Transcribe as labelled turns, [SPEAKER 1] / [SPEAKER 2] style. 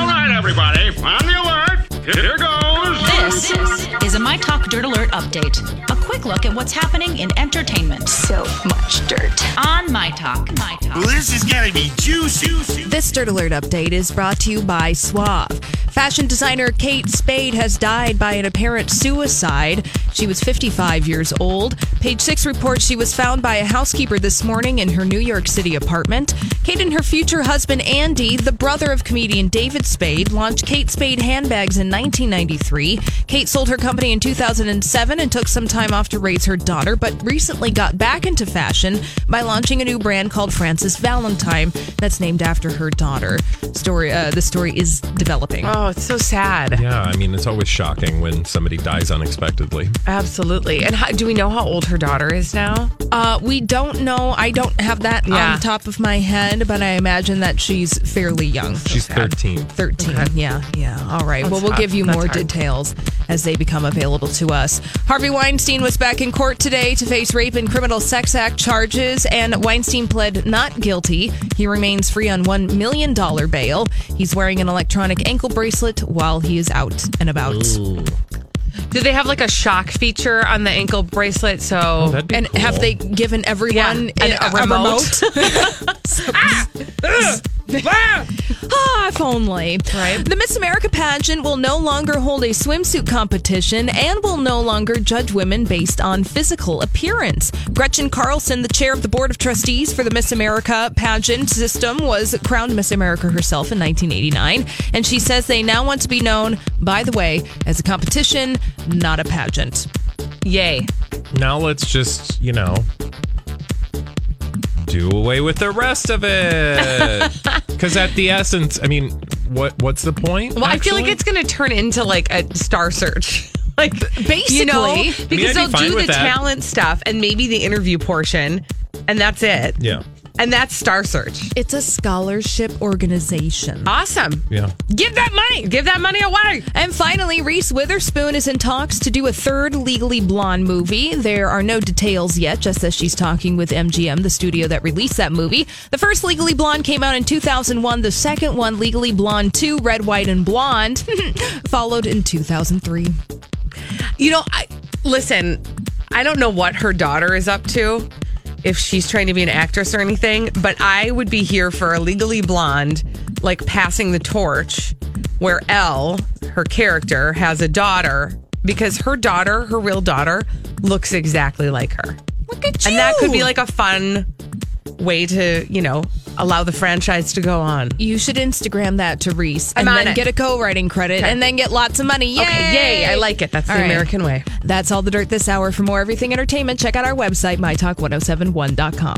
[SPEAKER 1] everybody, on the alert. Here goes.
[SPEAKER 2] This is a My Talk Dirt Alert update. A quick look at what's happening in entertainment
[SPEAKER 3] So much dirt.
[SPEAKER 2] on My Talk. My Talk.
[SPEAKER 4] This is gonna be juicy.
[SPEAKER 3] This Dirt Alert update is brought to you by Suave. Fashion designer Kate Spade has died by an apparent suicide. She was 55 years old. Page Six reports she was found by a housekeeper this morning in her New York City apartment. Kate and her future husband Andy, the brother of comedian David Spade, launched Kate Spade handbags in 1993. Kate sold her company in 2007 and took some time off to raise her daughter, but recently got back into fashion by launching a new brand called Frances Valentine that's named after her daughter. Story uh, the story is developing.
[SPEAKER 5] Oh, it's so sad.
[SPEAKER 6] Yeah, I mean, it's always shocking when somebody dies unexpectedly.
[SPEAKER 5] Absolutely. And how, do we know how old her daughter is now?
[SPEAKER 3] Uh, we don't know. I don't have that
[SPEAKER 5] Yeah.
[SPEAKER 3] on the top of my head, but I imagine that she's fairly young.
[SPEAKER 6] She's 13.
[SPEAKER 3] 13. Yeah, yeah. All right. well, we'll
[SPEAKER 5] hard.
[SPEAKER 3] give you
[SPEAKER 5] That's
[SPEAKER 3] more
[SPEAKER 5] hard.
[SPEAKER 3] details as they become available to us. Harvey Weinstein was back in court today to face rape and criminal sex act charges, and Weinstein pled not guilty. He remains free on $1 million bail. He's wearing an electronic ankle bracelet while he is out and about.
[SPEAKER 5] Do they have like a shock feature on the ankle bracelet? So
[SPEAKER 6] Oh, That'd be
[SPEAKER 3] And have
[SPEAKER 6] cool.
[SPEAKER 3] they given everyone
[SPEAKER 5] Yeah,
[SPEAKER 3] in-
[SPEAKER 5] an- a remote.
[SPEAKER 3] So- Ah, if only.
[SPEAKER 5] Right.
[SPEAKER 3] The Miss America pageant will no longer hold a swimsuit competition and will no longer judge women based on physical appearance. Gretchen Carlson, the chair of the board of trustees for the Miss America pageant system, was crowned Miss America herself in 1989, and she says they now want to be known, by the way, as a competition, not a pageant.
[SPEAKER 5] yay.
[SPEAKER 6] Now let's just, you know, do away with the rest of it. Because at the essence, I mean, what what's the point?
[SPEAKER 5] Well, I feel like
[SPEAKER 6] actually?
[SPEAKER 5] it's going to turn into like a star search. Like you know,
[SPEAKER 3] Basically.
[SPEAKER 5] because
[SPEAKER 6] I'd be
[SPEAKER 5] they'll
[SPEAKER 6] fine
[SPEAKER 5] do the
[SPEAKER 6] with that.
[SPEAKER 5] talent stuff and maybe the interview portion, and that's it.
[SPEAKER 6] Yeah.
[SPEAKER 5] and that's star search.
[SPEAKER 3] It's a scholarship organization.
[SPEAKER 5] Awesome.
[SPEAKER 6] Yeah.
[SPEAKER 5] Give that money. Give that money away.
[SPEAKER 3] And finally, Reese Witherspoon is in talks to do a third Legally Blonde movie. There are no details yet, just as she's talking with MGM, the studio that released that movie. The first Legally Blonde came out in 2001. The second one, Legally Blonde 2, Red, White, and Blonde, followed in 2003.
[SPEAKER 5] You know, I listen, I don't know what her daughter is up to, if she's trying to be an actress or anything, but I would be here for a legally blonde, like passing the torch, where Elle, her character, has a daughter because her daughter, her real daughter, looks exactly like her.
[SPEAKER 3] Look at you.
[SPEAKER 5] And that could be like a fun way to, you know, allow the franchise to go on.
[SPEAKER 3] You should Instagram that to Reese and
[SPEAKER 5] I'm on
[SPEAKER 3] then
[SPEAKER 5] it.
[SPEAKER 3] get a co writing credit and then get lots of money. Yay!
[SPEAKER 5] Okay, yay, I like it. That's
[SPEAKER 3] All
[SPEAKER 5] the
[SPEAKER 3] right.
[SPEAKER 5] American way.
[SPEAKER 3] oh That's all the dirt this hour. For more everything entertainment, check out our website, mytalk1071.com.